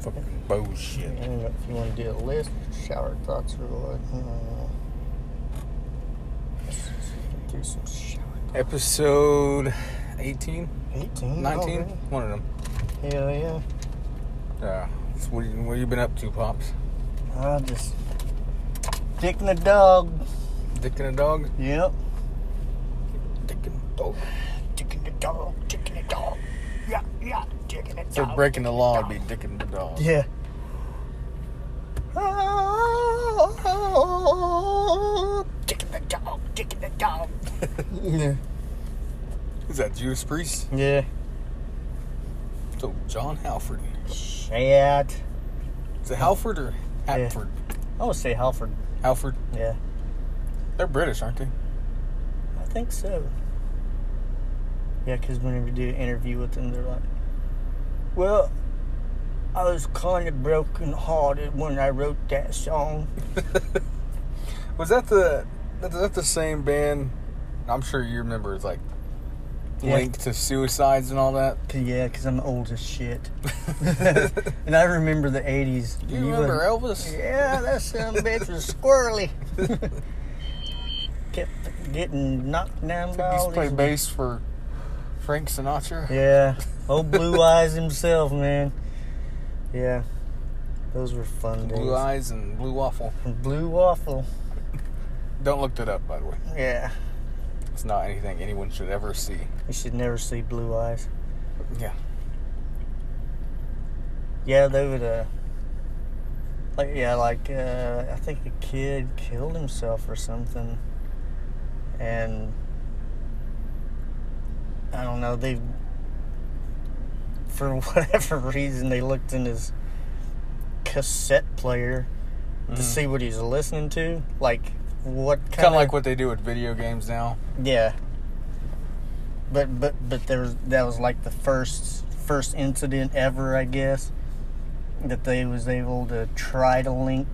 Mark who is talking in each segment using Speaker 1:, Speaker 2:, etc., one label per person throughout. Speaker 1: motherfucker.
Speaker 2: Bullshit.
Speaker 1: And if you want to do a list, shower thoughts are like, hmm. Let's Do some shower
Speaker 2: Episode 18,
Speaker 1: thoughts. 18?
Speaker 2: 19, one of them.
Speaker 1: Oh, Hell yeah.
Speaker 2: Yeah. So what, you, what you been up to, pops?
Speaker 1: I just. Dicking a dog.
Speaker 2: Dicking a dog.
Speaker 1: Yep.
Speaker 2: Dicking a dog.
Speaker 1: Dicking a dog. Dicking a dog. Yeah, yeah. Dicking a dog.
Speaker 2: So breaking the law would be dicking the dog.
Speaker 1: Yeah. Dicking the dog. Dicking the dog. yeah.
Speaker 2: Is that Judas Priest?
Speaker 1: Yeah.
Speaker 2: So John Halford.
Speaker 1: Shit.
Speaker 2: Is it Halford or
Speaker 1: Yeah.
Speaker 2: Halford?
Speaker 1: I would say Halford.
Speaker 2: Halford.
Speaker 1: Yeah.
Speaker 2: They're British, aren't they?
Speaker 1: I think so. Yeah, because whenever you do an interview with them, they're like, well, I was kind of broken hearted when I wrote that song.
Speaker 2: Was that the that, that the same band? I'm sure you remember. It's like
Speaker 1: Yeah.
Speaker 2: linked to suicides and all that.
Speaker 1: Cause, yeah, because I'm old as shit. and I remember the 80s.
Speaker 2: Do you remember Elvis?
Speaker 1: Yeah, that son of a bitch was squirrely. Kept getting knocked down by
Speaker 2: He's
Speaker 1: all
Speaker 2: played
Speaker 1: these-
Speaker 2: bass for Frank Sinatra.
Speaker 1: Yeah, old Blue Eyes himself, man. Yeah, those were fun days.
Speaker 2: Blue Eyes and Blue Waffle.
Speaker 1: Blue Waffle.
Speaker 2: Don't look that up, by the way.
Speaker 1: Yeah,
Speaker 2: It's not anything anyone should ever see.
Speaker 1: you should never see Blue Eyes.
Speaker 2: Yeah.
Speaker 1: Yeah, they would. Uh, like yeah, like uh, I think a kid killed himself or something, and I don't know. They, for whatever reason, they looked in his cassette player to see what he's listening to, like what kind
Speaker 2: Kind of like what they do with video games now.
Speaker 1: Yeah. But but but there was that was like the first first incident ever, I guess, that they was able to try to link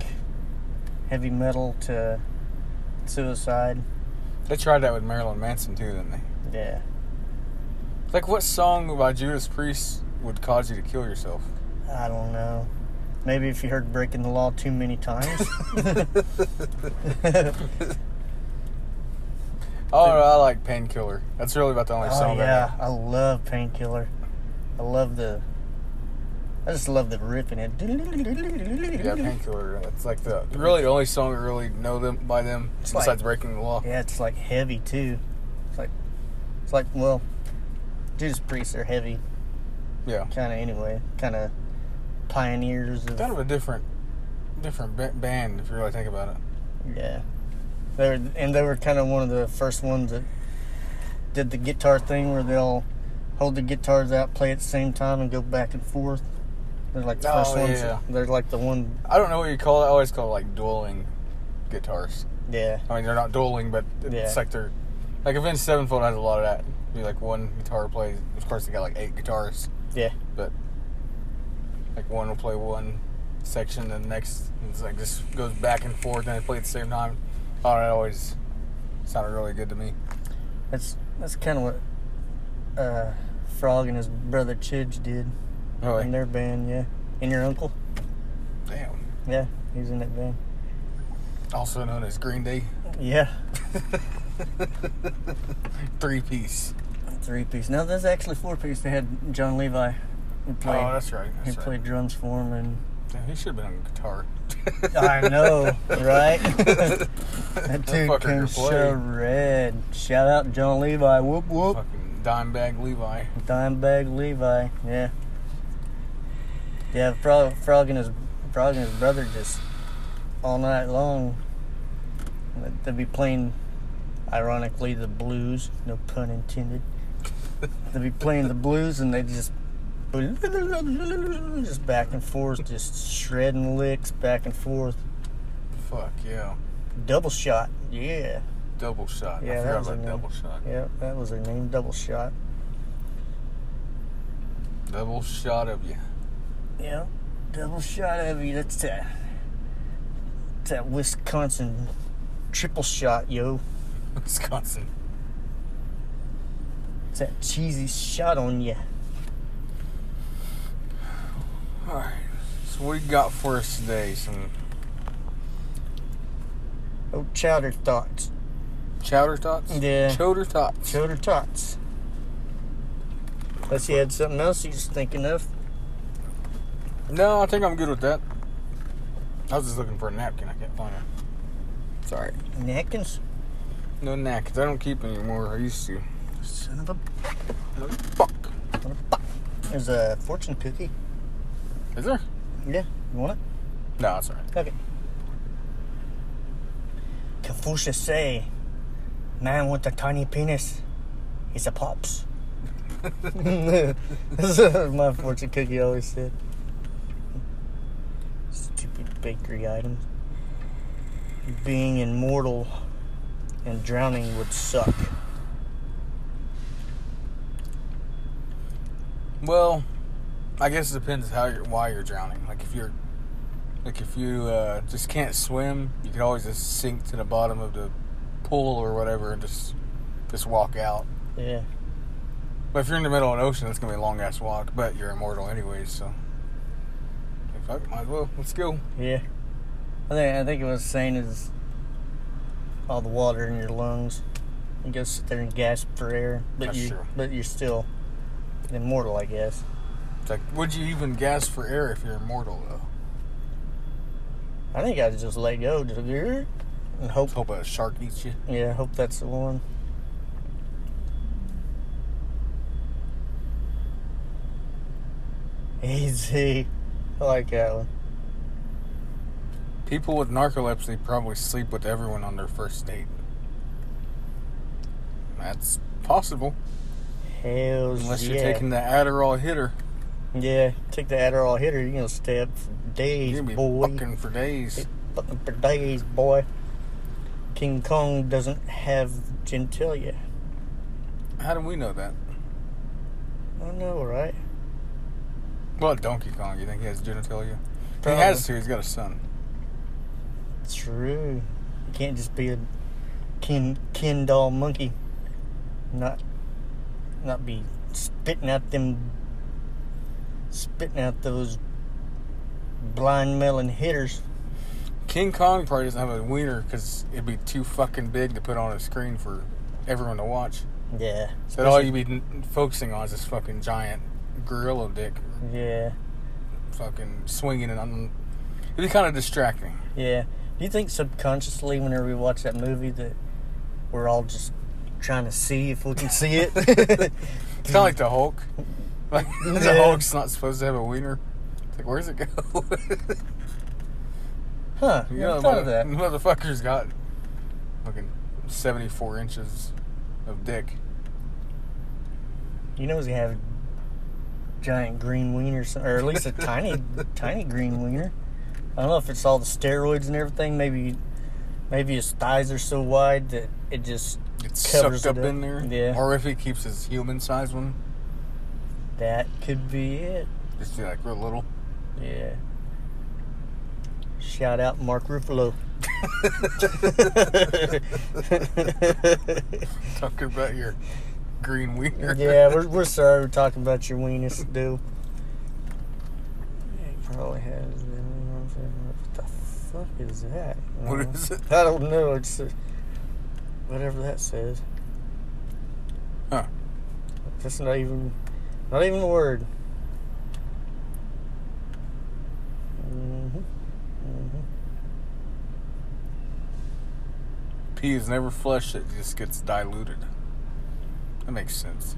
Speaker 1: heavy metal to suicide.
Speaker 2: They tried that with Marilyn Manson too, didn't they?
Speaker 1: Yeah.
Speaker 2: Like, what song by Judas Priest would cause you to kill yourself?
Speaker 1: I don't know. Maybe if you heard breaking the law too many times.
Speaker 2: Oh, I like Painkiller. That's really about the only
Speaker 1: oh
Speaker 2: song.
Speaker 1: yeah, I love painkiller. I love the I just love the ripping it.
Speaker 2: That yeah, Painkiller. That's like the really the only song I really know them by them
Speaker 1: It's
Speaker 2: besides
Speaker 1: like-
Speaker 2: Breaking the Law.
Speaker 1: Yeah, it's like heavy too. It's like it's like well, Judas Priests are heavy,
Speaker 2: Yeah,
Speaker 1: kind of anyway, kind of pioneers of
Speaker 2: kind of a different, different ba- band if you really think about it.
Speaker 1: yeah. They were, and they were kind of one of the first ones that did the guitar thing where they'll hold the guitars out, play at the same time, and go back and forth. They're like the
Speaker 2: Oh,
Speaker 1: first ones.
Speaker 2: yeah.
Speaker 1: They're like the one.
Speaker 2: I don't know what you call it. I always call it like dueling guitars.
Speaker 1: Yeah,
Speaker 2: I mean, they're not dueling, but it's
Speaker 1: Yeah.
Speaker 2: like they're like Avenged Sevenfold has a lot of that. Be like one guitar plays. Of course, they got like eight guitars,
Speaker 1: yeah,
Speaker 2: but like one will play one section, and the next it's like just goes back and forth, and they play at the same time. Oh, that always sounded really good to me.
Speaker 1: that's that's kind of what uh, Frog and his brother Chidge did
Speaker 2: Really,
Speaker 1: in their band. Yeah, and your uncle.
Speaker 2: damn.
Speaker 1: Yeah, he's in that band.
Speaker 2: Also known as Green Day,
Speaker 1: Yeah,
Speaker 2: three piece.
Speaker 1: three piece. No, that's actually four piece. They had John Levi who played.
Speaker 2: oh, that's right.
Speaker 1: he
Speaker 2: That's right.
Speaker 1: played drums for him, and
Speaker 2: Damn, he should have been on guitar.
Speaker 1: I know, right? that
Speaker 2: That
Speaker 1: dude
Speaker 2: fucker
Speaker 1: can
Speaker 2: could play.
Speaker 1: show red. Shout out John Levi. Whoop whoop.
Speaker 2: Fucking Dimebag Levi.
Speaker 1: Dimebag Levi. Yeah. Yeah, Frog, Frog and his Frog and his brother just all night long. They'd be playing, ironically, the blues. No pun intended. They'd be playing the blues, and they just just back and forth, just shredding licks back and forth.
Speaker 2: Fuck yeah.
Speaker 1: Double shot. Yeah.
Speaker 2: Double shot.
Speaker 1: Yeah,
Speaker 2: I
Speaker 1: that
Speaker 2: forgot
Speaker 1: was a
Speaker 2: about
Speaker 1: name.
Speaker 2: double shot.
Speaker 1: Yeah, that was their name. Double shot.
Speaker 2: Double shot of you.
Speaker 1: Yeah, double shot of you. That's that. That's that Wisconsin triple shot, yo.
Speaker 2: Wisconsin.
Speaker 1: It's that cheesy shot on you.
Speaker 2: Alright. So what do you got for us today? Some
Speaker 1: Oh, chowder thoughts.
Speaker 2: chowder tots?
Speaker 1: Yeah.
Speaker 2: Chowder tots.
Speaker 1: Chowder tots. Unless you had something else you was thinking of.
Speaker 2: No, I think I'm good with that. I was just looking for a napkin. I can't find it. Sorry.
Speaker 1: Napkins?
Speaker 2: No napkins. I don't keep any anymore. I used to.
Speaker 1: Son of a
Speaker 2: Fuck.
Speaker 1: There's a fortune cookie.
Speaker 2: Is there?
Speaker 1: Yeah. You want it?
Speaker 2: No, it's alright.
Speaker 1: Okay. Confucius say, man with a tiny penis is a pops. That's what my fortune cookie always said. Stupid bakery items. Being immortal and drowning would suck.
Speaker 2: Well, I guess it depends how you're, why you're drowning. Like if you're, like if you uh, just can't swim, you can always just sink to the bottom of the pool or whatever and just just walk out.
Speaker 1: Yeah.
Speaker 2: But if you're in the middle of an ocean, it's gonna be a long ass walk. But you're immortal anyways, so. Yeah, Fuck, might as well. Let's go.
Speaker 1: Yeah. I think I think it was saying is all the water in your lungs. You go sit there and gasp for air, but
Speaker 2: That's
Speaker 1: you
Speaker 2: true.
Speaker 1: but you're still immortal, I guess.
Speaker 2: It's like, would you even gasp for air if you're immortal though?
Speaker 1: I think I'd just let go, just and hope.
Speaker 2: Let's hope a shark eats you.
Speaker 1: Yeah, hope that's the one. Easy. I like that one.
Speaker 2: People with narcolepsy probably sleep with everyone on their first date. That's possible.
Speaker 1: Hells
Speaker 2: Unless
Speaker 1: yeah.
Speaker 2: you're taking the Adderall hitter,
Speaker 1: yeah, take the Adderall hitter, you're gonna stay up for days,
Speaker 2: you're gonna be
Speaker 1: boy.
Speaker 2: fucking for days.
Speaker 1: Fucking for days, boy. King Kong doesn't have genitalia.
Speaker 2: How do we know that?
Speaker 1: I know, right?
Speaker 2: Well, Donkey Kong, you think he has genitalia?
Speaker 1: Probably.
Speaker 2: He has to. He's got a son.
Speaker 1: True. You can't just be a kin kin doll monkey. Not not be spitting out them spitting out those blind melon hitters.
Speaker 2: King Kong probably doesn't have a wiener because it'd be too fucking big to put on a screen for everyone to watch.
Speaker 1: Yeah.
Speaker 2: So all you'd be n- focusing on is this fucking giant gorilla dick,
Speaker 1: Yeah.
Speaker 2: fucking swinging and on. It'd be kind of distracting.
Speaker 1: Yeah. Do you think subconsciously, whenever we watch that movie, that we're all just trying to see if we can see it?
Speaker 2: It's kind of like the Hulk. Like the
Speaker 1: Yeah.
Speaker 2: Hulk's not supposed to have a wiener. It's like where's it go?
Speaker 1: huh?
Speaker 2: you
Speaker 1: never
Speaker 2: know,
Speaker 1: thought of that.
Speaker 2: mother- motherfucker's got fucking seventy-four inches of dick.
Speaker 1: You know, he's gonna have a giant green wiener, some- or at least a tiny, tiny green wiener. I don't know if it's all the steroids and everything. Maybe, maybe his thighs are so wide that it just
Speaker 2: It's
Speaker 1: Covers
Speaker 2: sucked up
Speaker 1: it up.
Speaker 2: in there.
Speaker 1: Yeah.
Speaker 2: Or if he keeps his human-sized one,
Speaker 1: that could be it.
Speaker 2: just be like real little.
Speaker 1: Yeah. Shout out Mark Ruffalo.
Speaker 2: Talking about your green wiener.
Speaker 1: yeah, we're, we're sorry we're talking about your weenus, dude. Yeah, he probably has. What the fuck is that?
Speaker 2: What is it?
Speaker 1: I don't know. It's uh whatever that says.
Speaker 2: Huh.
Speaker 1: That's not even, not even a word. hmm hmm
Speaker 2: Pee is never flushed; it just gets diluted. That makes sense.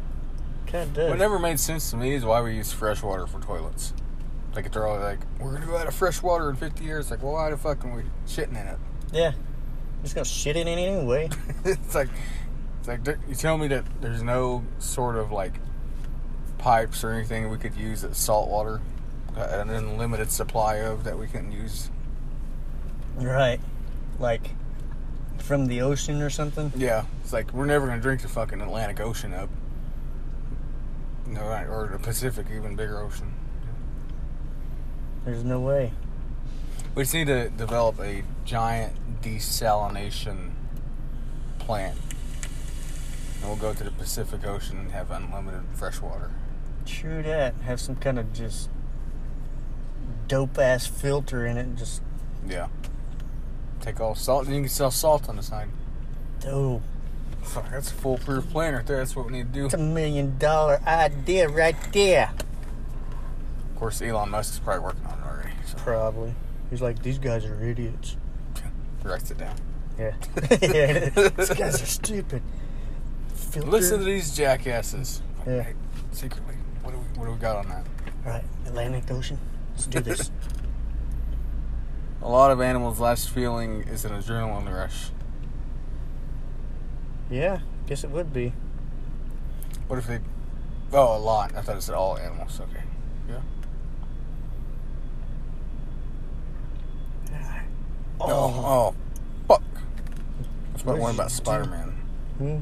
Speaker 1: Kind of does.
Speaker 2: What never made sense to me is why we use fresh water for toilets. Like they're all like, we're gonna go out of fresh water in 50 years. Like, well, why the fuck are we shitting in it?
Speaker 1: Yeah. Just gonna shit in it anyway.
Speaker 2: it's like, it's like there- you tell me that there's no sort of like pipes or anything we could use that's salt water, uh, an unlimited supply of that we couldn't use.
Speaker 1: right. Like from the ocean or something.
Speaker 2: Yeah, it's like we're never gonna drink the fucking Atlantic Ocean up. No, right, or the Pacific, even bigger ocean.
Speaker 1: There's no way.
Speaker 2: We just need to develop a giant desalination plant. And we'll go to the Pacific Ocean and have unlimited fresh water.
Speaker 1: True that. Have some kind of just dope ass filter in it and just
Speaker 2: Yeah. Take all salt. You can sell salt on the side.
Speaker 1: dope.
Speaker 2: Fuck, that's a foolproof plan right there. That's what we need to
Speaker 1: It's oh, a
Speaker 2: do.
Speaker 1: million dollar idea right there.
Speaker 2: Of course, Elon Musk is probably working on it already. So
Speaker 1: Probably. He's like, these guys are idiots.
Speaker 2: writes it down.
Speaker 1: Yeah. these guys are stupid. Filter.
Speaker 2: Listen to these jackasses.
Speaker 1: Yeah.
Speaker 2: Hey, secretly, what do we what do we got on that?
Speaker 1: All right, Atlantic Ocean. Let's do this.
Speaker 2: A lot of animals' last feeling is an adrenaline rush.
Speaker 1: yeah, guess it would be.
Speaker 2: What if they? Oh, a lot. I thought it said all animals. Okay. Yeah.
Speaker 1: Oh.
Speaker 2: Oh, oh fuck. That's what I one about Spider Man.
Speaker 1: Hmm.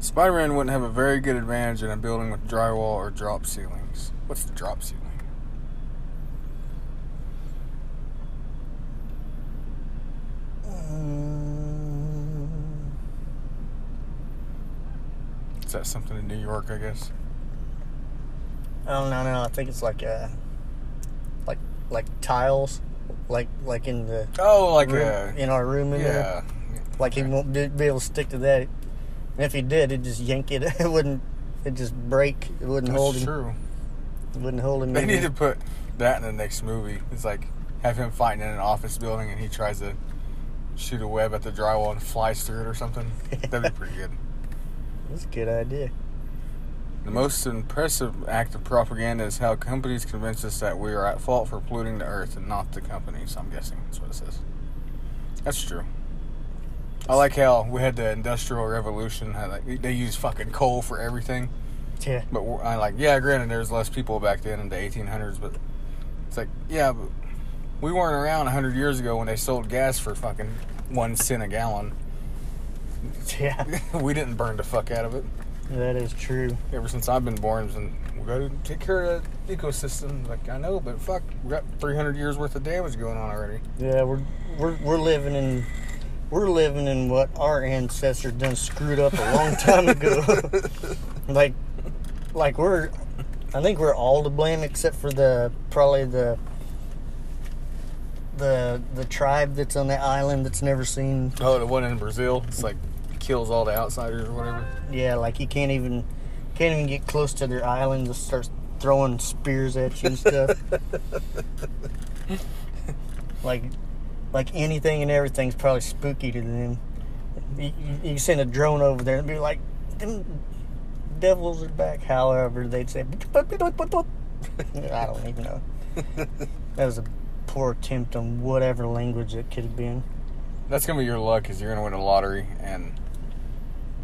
Speaker 2: Spider Man wouldn't have a very good advantage in a building with drywall or drop ceilings. What's the drop ceiling?
Speaker 1: Mm,
Speaker 2: Is that something in New York, I guess?
Speaker 1: Oh no no! I think it's like uh, like like tiles, like like in the
Speaker 2: Oh, like
Speaker 1: room,
Speaker 2: a.
Speaker 1: in our room in there.
Speaker 2: Yeah.
Speaker 1: Like he won't be be able to stick to that. And if he did, it'd just yank it. It wouldn't. It just break. It wouldn't hold
Speaker 2: That's
Speaker 1: him.
Speaker 2: true.
Speaker 1: It wouldn't hold him.
Speaker 2: They
Speaker 1: in
Speaker 2: need
Speaker 1: there.
Speaker 2: to put that in the next movie. It's like have him fighting in an office building and he tries to shoot a web at the drywall and flies through it or something. That'd be pretty good.
Speaker 1: That's a good idea.
Speaker 2: The most impressive act of propaganda is how companies convince us that we are at fault for polluting the earth and not the companies. I'm guessing that's what it says. That's true. I like how we had the industrial revolution. How like, they used fucking coal for everything.
Speaker 1: Yeah.
Speaker 2: But we're- I like, yeah, granted, there's less people back then in the 1800s, but it's like, yeah, but we weren't around 100 years ago when they sold gas for fucking one cent a gallon.
Speaker 1: Yeah.
Speaker 2: we didn't burn the fuck out of it.
Speaker 1: That is true.
Speaker 2: Ever since I've been born, it's been, we gotta take care of the ecosystem. Like, I know, but fuck, we got 300 years worth of damage going on already.
Speaker 1: Yeah, we're we're we're living in we're living in what our ancestors done screwed up a long time ago. like like we're I think we're all to blame except for the probably the the the tribe that's on the island that's never seen
Speaker 2: Oh, the one in Brazil, it's like kills all the outsiders or whatever.
Speaker 1: yeah, like you can't even can't even get close to their island just starts throwing spears at you and stuff. like like anything and everything's probably spooky to them. You, you- you send a drone over there and be like, them devils are back. However, they'd say, I don't even know. That was a poor attempt on whatever language it could have been.
Speaker 2: That's gonna be your luck, cause you're gonna win a lottery, and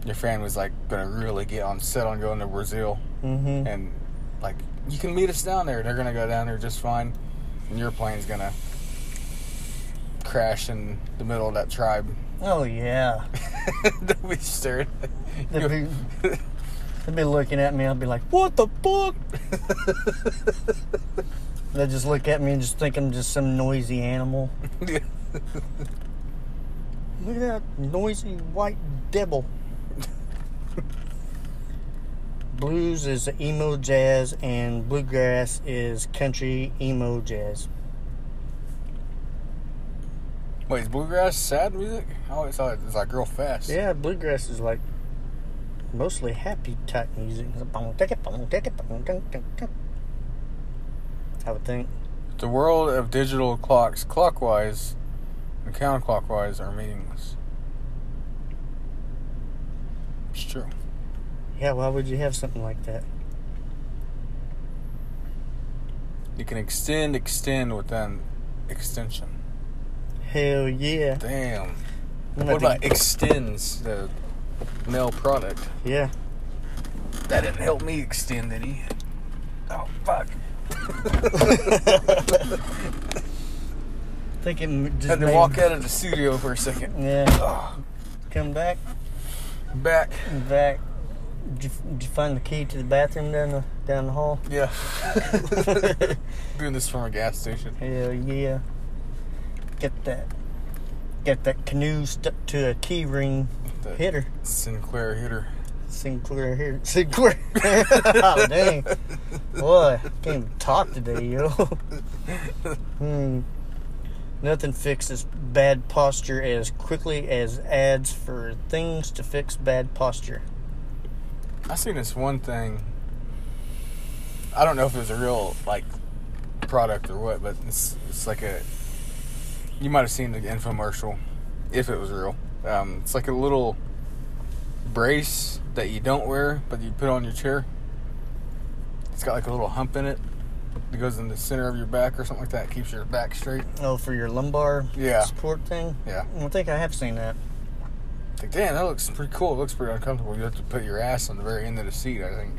Speaker 2: your family's like gonna really get on set on going to Brazil,
Speaker 1: Mm-hmm.
Speaker 2: and like you can meet us down there. They're gonna go down there just fine, and your plane's gonna crash in the middle of that tribe.
Speaker 1: Oh yeah.
Speaker 2: They'll be staring. at
Speaker 1: They'd
Speaker 2: you.
Speaker 1: be, they'd be looking at me. I'd be like, "What the fuck?" they just look at me and just think I'm just some noisy animal.
Speaker 2: Yeah.
Speaker 1: Look at that noisy white devil. Blues is emo jazz, and bluegrass is country emo jazz.
Speaker 2: Wait, is bluegrass sad music? I always thought it was like real fast.
Speaker 1: Yeah, bluegrass is like mostly happy type music. I would think.
Speaker 2: The world of digital clocks, clockwise and counterclockwise, are meaningless. It's true.
Speaker 1: Yeah, why would you have something like that?
Speaker 2: You can extend, extend with an extension.
Speaker 1: Hell yeah.
Speaker 2: Damn.
Speaker 1: I'm
Speaker 2: What
Speaker 1: gonna
Speaker 2: about
Speaker 1: have to-
Speaker 2: extends the male product?
Speaker 1: yeah.
Speaker 2: That didn't help me extend any. Oh fuck.
Speaker 1: I think it m- just
Speaker 2: Had to
Speaker 1: made-
Speaker 2: walk out of the studio for a second.
Speaker 1: Yeah.
Speaker 2: Oh,
Speaker 1: Come back.
Speaker 2: back.
Speaker 1: and Back. Did you, did you find the key to the bathroom down the down the hall?
Speaker 2: Yeah. Doing this from a gas station.
Speaker 1: Hell yeah. Get that. Get that canoe stuck to a key ring
Speaker 2: The
Speaker 1: hitter.
Speaker 2: Sinclair hitter.
Speaker 1: Sinclair here. Sinclair. oh, dang. Boy, can't even talk today, yo. hmm. Nothing fixes bad posture as quickly as ads for things to fix bad posture.
Speaker 2: I seen this one thing. I don't know if it was a real like product or what, but it's it's like a. You might have seen the infomercial, if it was real. Um, it's like a little brace that you don't wear, but you put on your chair. It's got like a little hump in it that goes in the center of your back or something like that. Keeps your back straight.
Speaker 1: Oh, for your lumbar
Speaker 2: Yeah.
Speaker 1: support thing?
Speaker 2: Yeah.
Speaker 1: I think I have seen that.
Speaker 2: Like, damn, that looks pretty cool. It looks pretty uncomfortable. You have to put your ass on the very end of the seat, I think.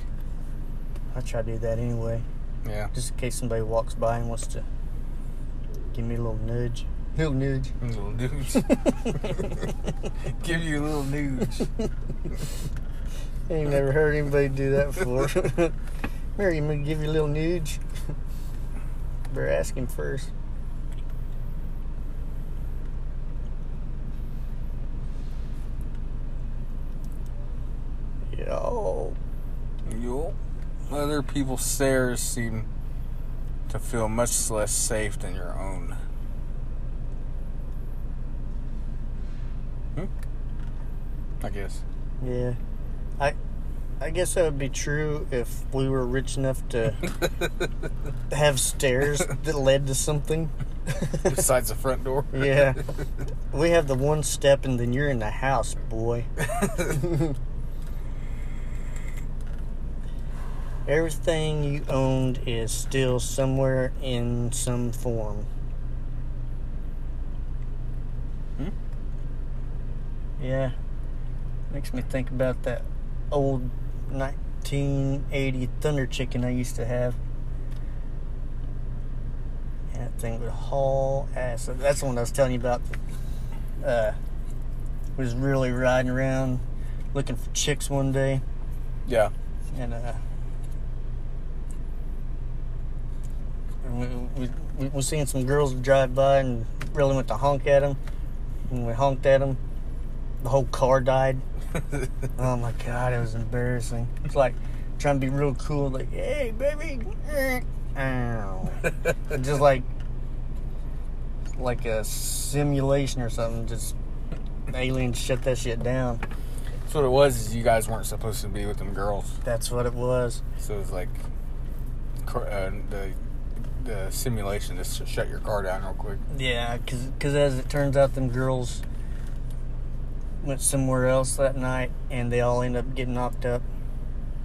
Speaker 1: I try to do that anyway,
Speaker 2: Yeah.
Speaker 1: just in case somebody walks by and wants to give me a little nudge. Little nudge.
Speaker 2: Little news. Give you a little news.
Speaker 1: Ain't never heard anybody do that before. Mary, I'm gonna give you a little nudge. Better ask him first. Yo,
Speaker 2: Yo. Other people's stairs seem to feel much less safe than your own. Hmm? I guess.
Speaker 1: yeah. I, I guess that would be true if we were rich enough to have stairs that led to something.
Speaker 2: Besides the front door.
Speaker 1: Yeah. we have the one step and then you're in the house, boy. Everything you owned is still somewhere in some form.
Speaker 2: Hmm?
Speaker 1: Yeah. Makes me think about that old 1980 Thunder Chicken I used to have. And that thing would haul ass. That's the one I was telling you about. Uh, was really riding around looking for chicks one day,
Speaker 2: Yeah.
Speaker 1: and uh, we, we, we was seeing some girls drive by and really went to honk at them. And we honked at them. The whole car died. Oh my god, it was embarrassing. It's like trying to be real cool, like, hey, baby, eh, ow. And just like, like a simulation or something. Just aliens shut that shit down.
Speaker 2: That's what it was is you guys weren't supposed to be with them girls.
Speaker 1: That's what it was.
Speaker 2: So it's like cor- uh, the the simulation just to shut your car down real quick.
Speaker 1: Yeah, because as it turns out, them girls went somewhere else that night, and they all ended up getting knocked up.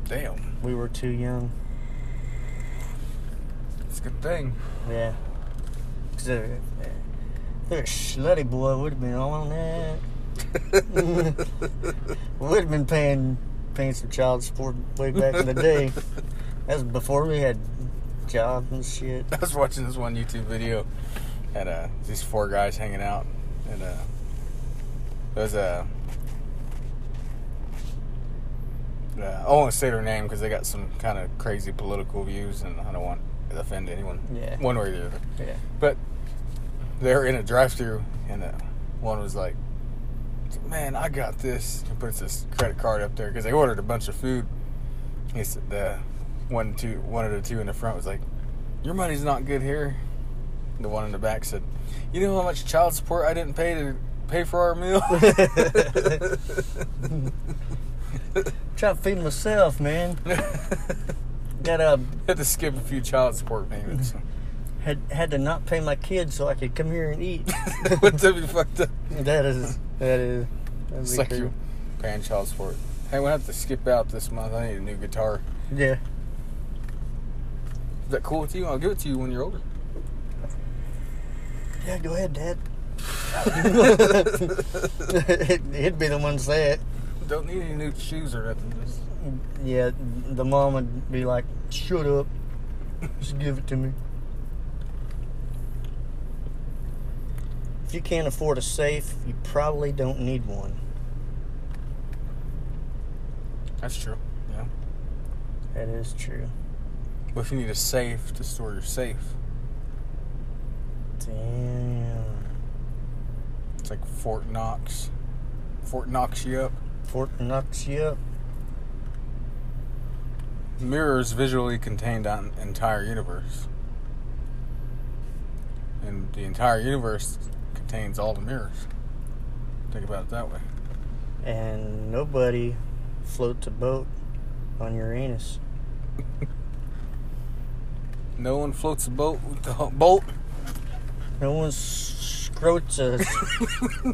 Speaker 2: Damn,
Speaker 1: We were too young.
Speaker 2: it's a good thing.
Speaker 1: Yeah. Cause they're, they're a slutty boy. Would have been all on that. Would have been paying paying some child support way back in the day. That's before we had jobs and shit.
Speaker 2: I was watching this one YouTube video, and uh, these four guys hanging out, and uh, there was a. Uh, I won't say their name because they got some kind of crazy political views, and I don't want to offend anyone.
Speaker 1: Yeah.
Speaker 2: One way or the other.
Speaker 1: Yeah.
Speaker 2: But they were in a drive-through, and uh, one was like, "Man, I got this." He puts his credit card up there because they ordered a bunch of food. He said, "The one, two, one of the two in the front was like, your money's not good here." The one in the back said, "You know how much child support I didn't pay to pay for our meal?"
Speaker 1: Trying to feed myself, man. Got a
Speaker 2: Had to skip a few child support payments.
Speaker 1: had had to not pay my kids so I could come here and eat.
Speaker 2: What that be fucked up?
Speaker 1: that is that is. that'd
Speaker 2: It's
Speaker 1: be
Speaker 2: like
Speaker 1: crazy.
Speaker 2: you paying child support. Hey, we have to skip out this month. I need a new guitar.
Speaker 1: Yeah.
Speaker 2: Is that cool with you? I'll give it to you when you're older.
Speaker 1: Yeah, go ahead, Dad. He'd be the one to say it.
Speaker 2: Don't need any new shoes or nothing. Just
Speaker 1: Yeah, the mom would be like, shut up. Just give it to me. If you can't afford a safe, you probably don't need one.
Speaker 2: that's true. Yeah.
Speaker 1: That is true.
Speaker 2: But if you need a safe to store your safe,
Speaker 1: Damn.
Speaker 2: it's like Fort Knox. Fort knocks you up.
Speaker 1: Fort knocks you up.
Speaker 2: mirrors visually contained an entire universe. And the entire universe contains all the mirrors. Think about it that way.
Speaker 1: and nobody floats a boat on Uranus.
Speaker 2: No one floats a boat with the ho- boat.
Speaker 1: No one scrotes a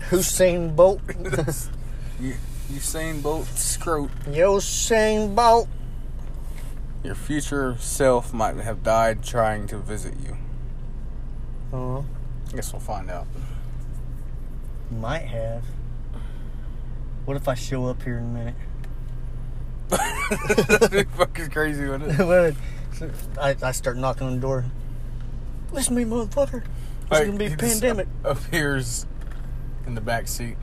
Speaker 1: Hussein Bolt.
Speaker 2: You, you same boat scrote.
Speaker 1: Yo, Usain Bolt.
Speaker 2: Your future self might have died trying to visit you. Uh-huh.
Speaker 1: Oh,
Speaker 2: I guess we'll find out.
Speaker 1: might have. What if I show up here in a minute?
Speaker 2: That'd be fucking crazy, wouldn't it?
Speaker 1: What if- I, I start knocking on the door. Listen to me, motherfucker. It's
Speaker 2: Like,
Speaker 1: gonna be
Speaker 2: he
Speaker 1: a
Speaker 2: just
Speaker 1: pandemic.
Speaker 2: Appears in the back seat.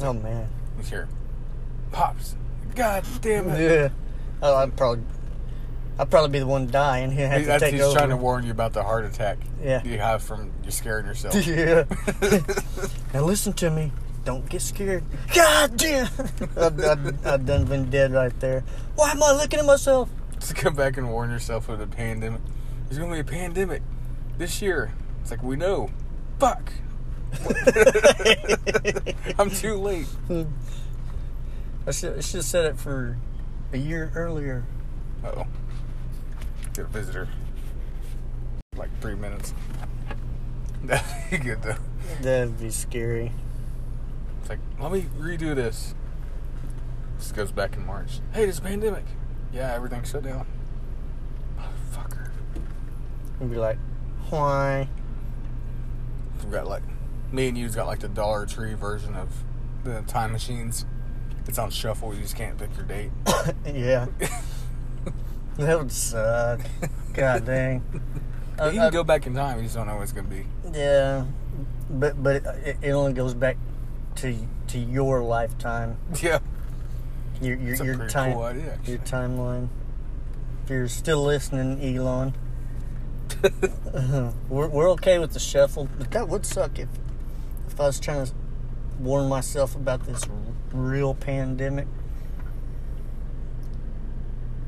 Speaker 1: Oh man.
Speaker 2: He's here. Pops. God damn it.
Speaker 1: Yeah. Oh, I'd probably, I'd probably be the one dying. He
Speaker 2: He-
Speaker 1: has to
Speaker 2: that's-
Speaker 1: take
Speaker 2: he's
Speaker 1: over.
Speaker 2: trying to warn you about the heart attack
Speaker 1: Yeah.
Speaker 2: you have from you're scaring yourself.
Speaker 1: Yeah. now listen to me. Don't get scared. God damn. I've, I've, I've done been dead right there. Why am I looking at myself?
Speaker 2: to come back and warn yourself of the pandemic. There's gonna be a pandemic this year. It's like we know. Fuck. I'm too late.
Speaker 1: I should, I should have said it for a year earlier.
Speaker 2: Uh oh. Get a visitor. Like three minutes. That'd be good though.
Speaker 1: That'd be scary.
Speaker 2: It's like, let me redo this. This goes back in March. Hey, there's a pandemic. Yeah, everything shut down. Motherfucker.
Speaker 1: And be like, why?
Speaker 2: We've got like me and you's got like the Dollar Tree version of the time machines. It's on shuffle. You just can't pick your date.
Speaker 1: Yeah. that would suck. God dang. I-
Speaker 2: you can
Speaker 1: I-
Speaker 2: go back in time. You just don't know what it's gonna be.
Speaker 1: Yeah, but but it, it only goes back to to your lifetime.
Speaker 2: Yeah,
Speaker 1: Your your,
Speaker 2: it's a
Speaker 1: your
Speaker 2: pretty
Speaker 1: time.
Speaker 2: cool idea.
Speaker 1: your
Speaker 2: Actually.
Speaker 1: timeline. If you're still listening, Elon, we're, we're okay with the shuffle, but that would suck if if I was trying to warn myself about this r- real pandemic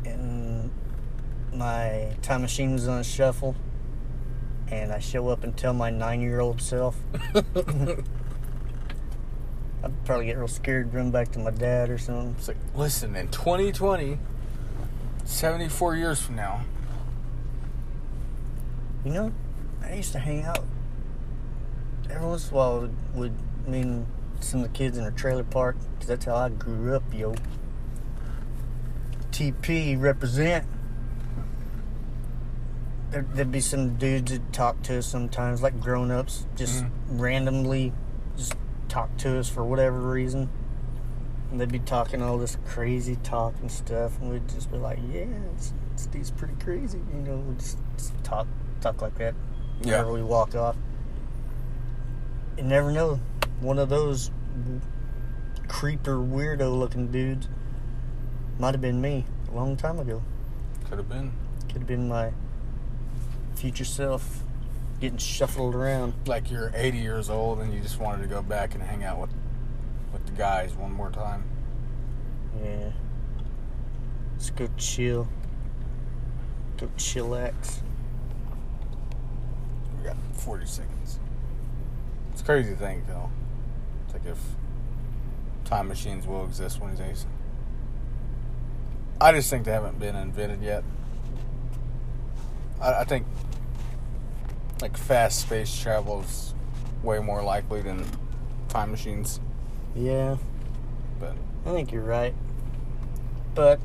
Speaker 1: and my time machine was on shuffle and I show up and tell my nine year old self. I'd probably get real scared, run back to my dad or something.
Speaker 2: It's like, listen, in 2020, 74 years from now,
Speaker 1: You know, I used to hang out every once in a while would, would me and some of the kids in a trailer park, 'cause that's how I grew up, yo. TP represent. There, there'd be some dudes that talk to us sometimes, like grown ups, just
Speaker 2: Mhm.
Speaker 1: randomly just talk to us for whatever reason. And they'd be talking all this crazy talk and stuff, and we'd just be like, yeah, it's, it's, it's pretty crazy. You know, we'd just, just talk, talk like that
Speaker 2: Yeah.
Speaker 1: whenever we walk off. You never know. One of those creeper weirdo looking dudes might have been me a long time ago.
Speaker 2: could have been
Speaker 1: Could have been my future self getting shuffled around.
Speaker 2: like you're 80 years old and you just wanted to go back and hang out with with the guys one more time.
Speaker 1: Yeah. Let's go chill. Go chillax.
Speaker 2: We got 40 seconds. It's crazy to think, though. It's like if time machines will exist one of these days. I just think they haven't been invented yet. I, I think like fast space travel is way more likely than time machines.
Speaker 1: Yeah,
Speaker 2: But
Speaker 1: I think you're right. But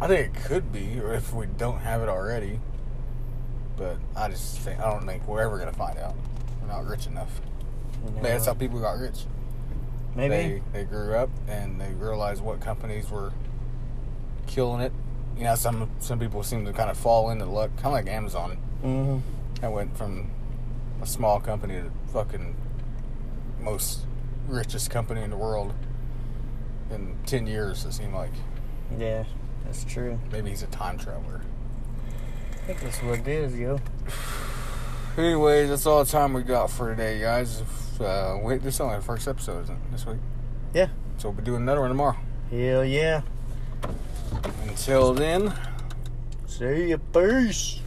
Speaker 2: I think it could be, or if we don't have it already. But I just think I don't think we're ever gonna find out. We're not rich enough.
Speaker 1: you know,
Speaker 2: But that's how people got rich.
Speaker 1: maybe
Speaker 2: They, they grew up and they realized what companies were killing it. You know, some some people seem to kind of fall into luck, kind of like Amazon.
Speaker 1: Mhm.
Speaker 2: I went from a small company to fucking most richest company in the world in ten years. It seemed like
Speaker 1: Yeah, that's true.
Speaker 2: maybe he's a time traveler.
Speaker 1: I think that's what it is, yo.
Speaker 2: Anyways, that's all the time we got for today, guys. If, uh, wait, this is only the first episode, isn't it? This week,
Speaker 1: Yeah.
Speaker 2: so we'll be doing another one tomorrow.
Speaker 1: Hell yeah.
Speaker 2: And Until then.
Speaker 1: See you. Peace.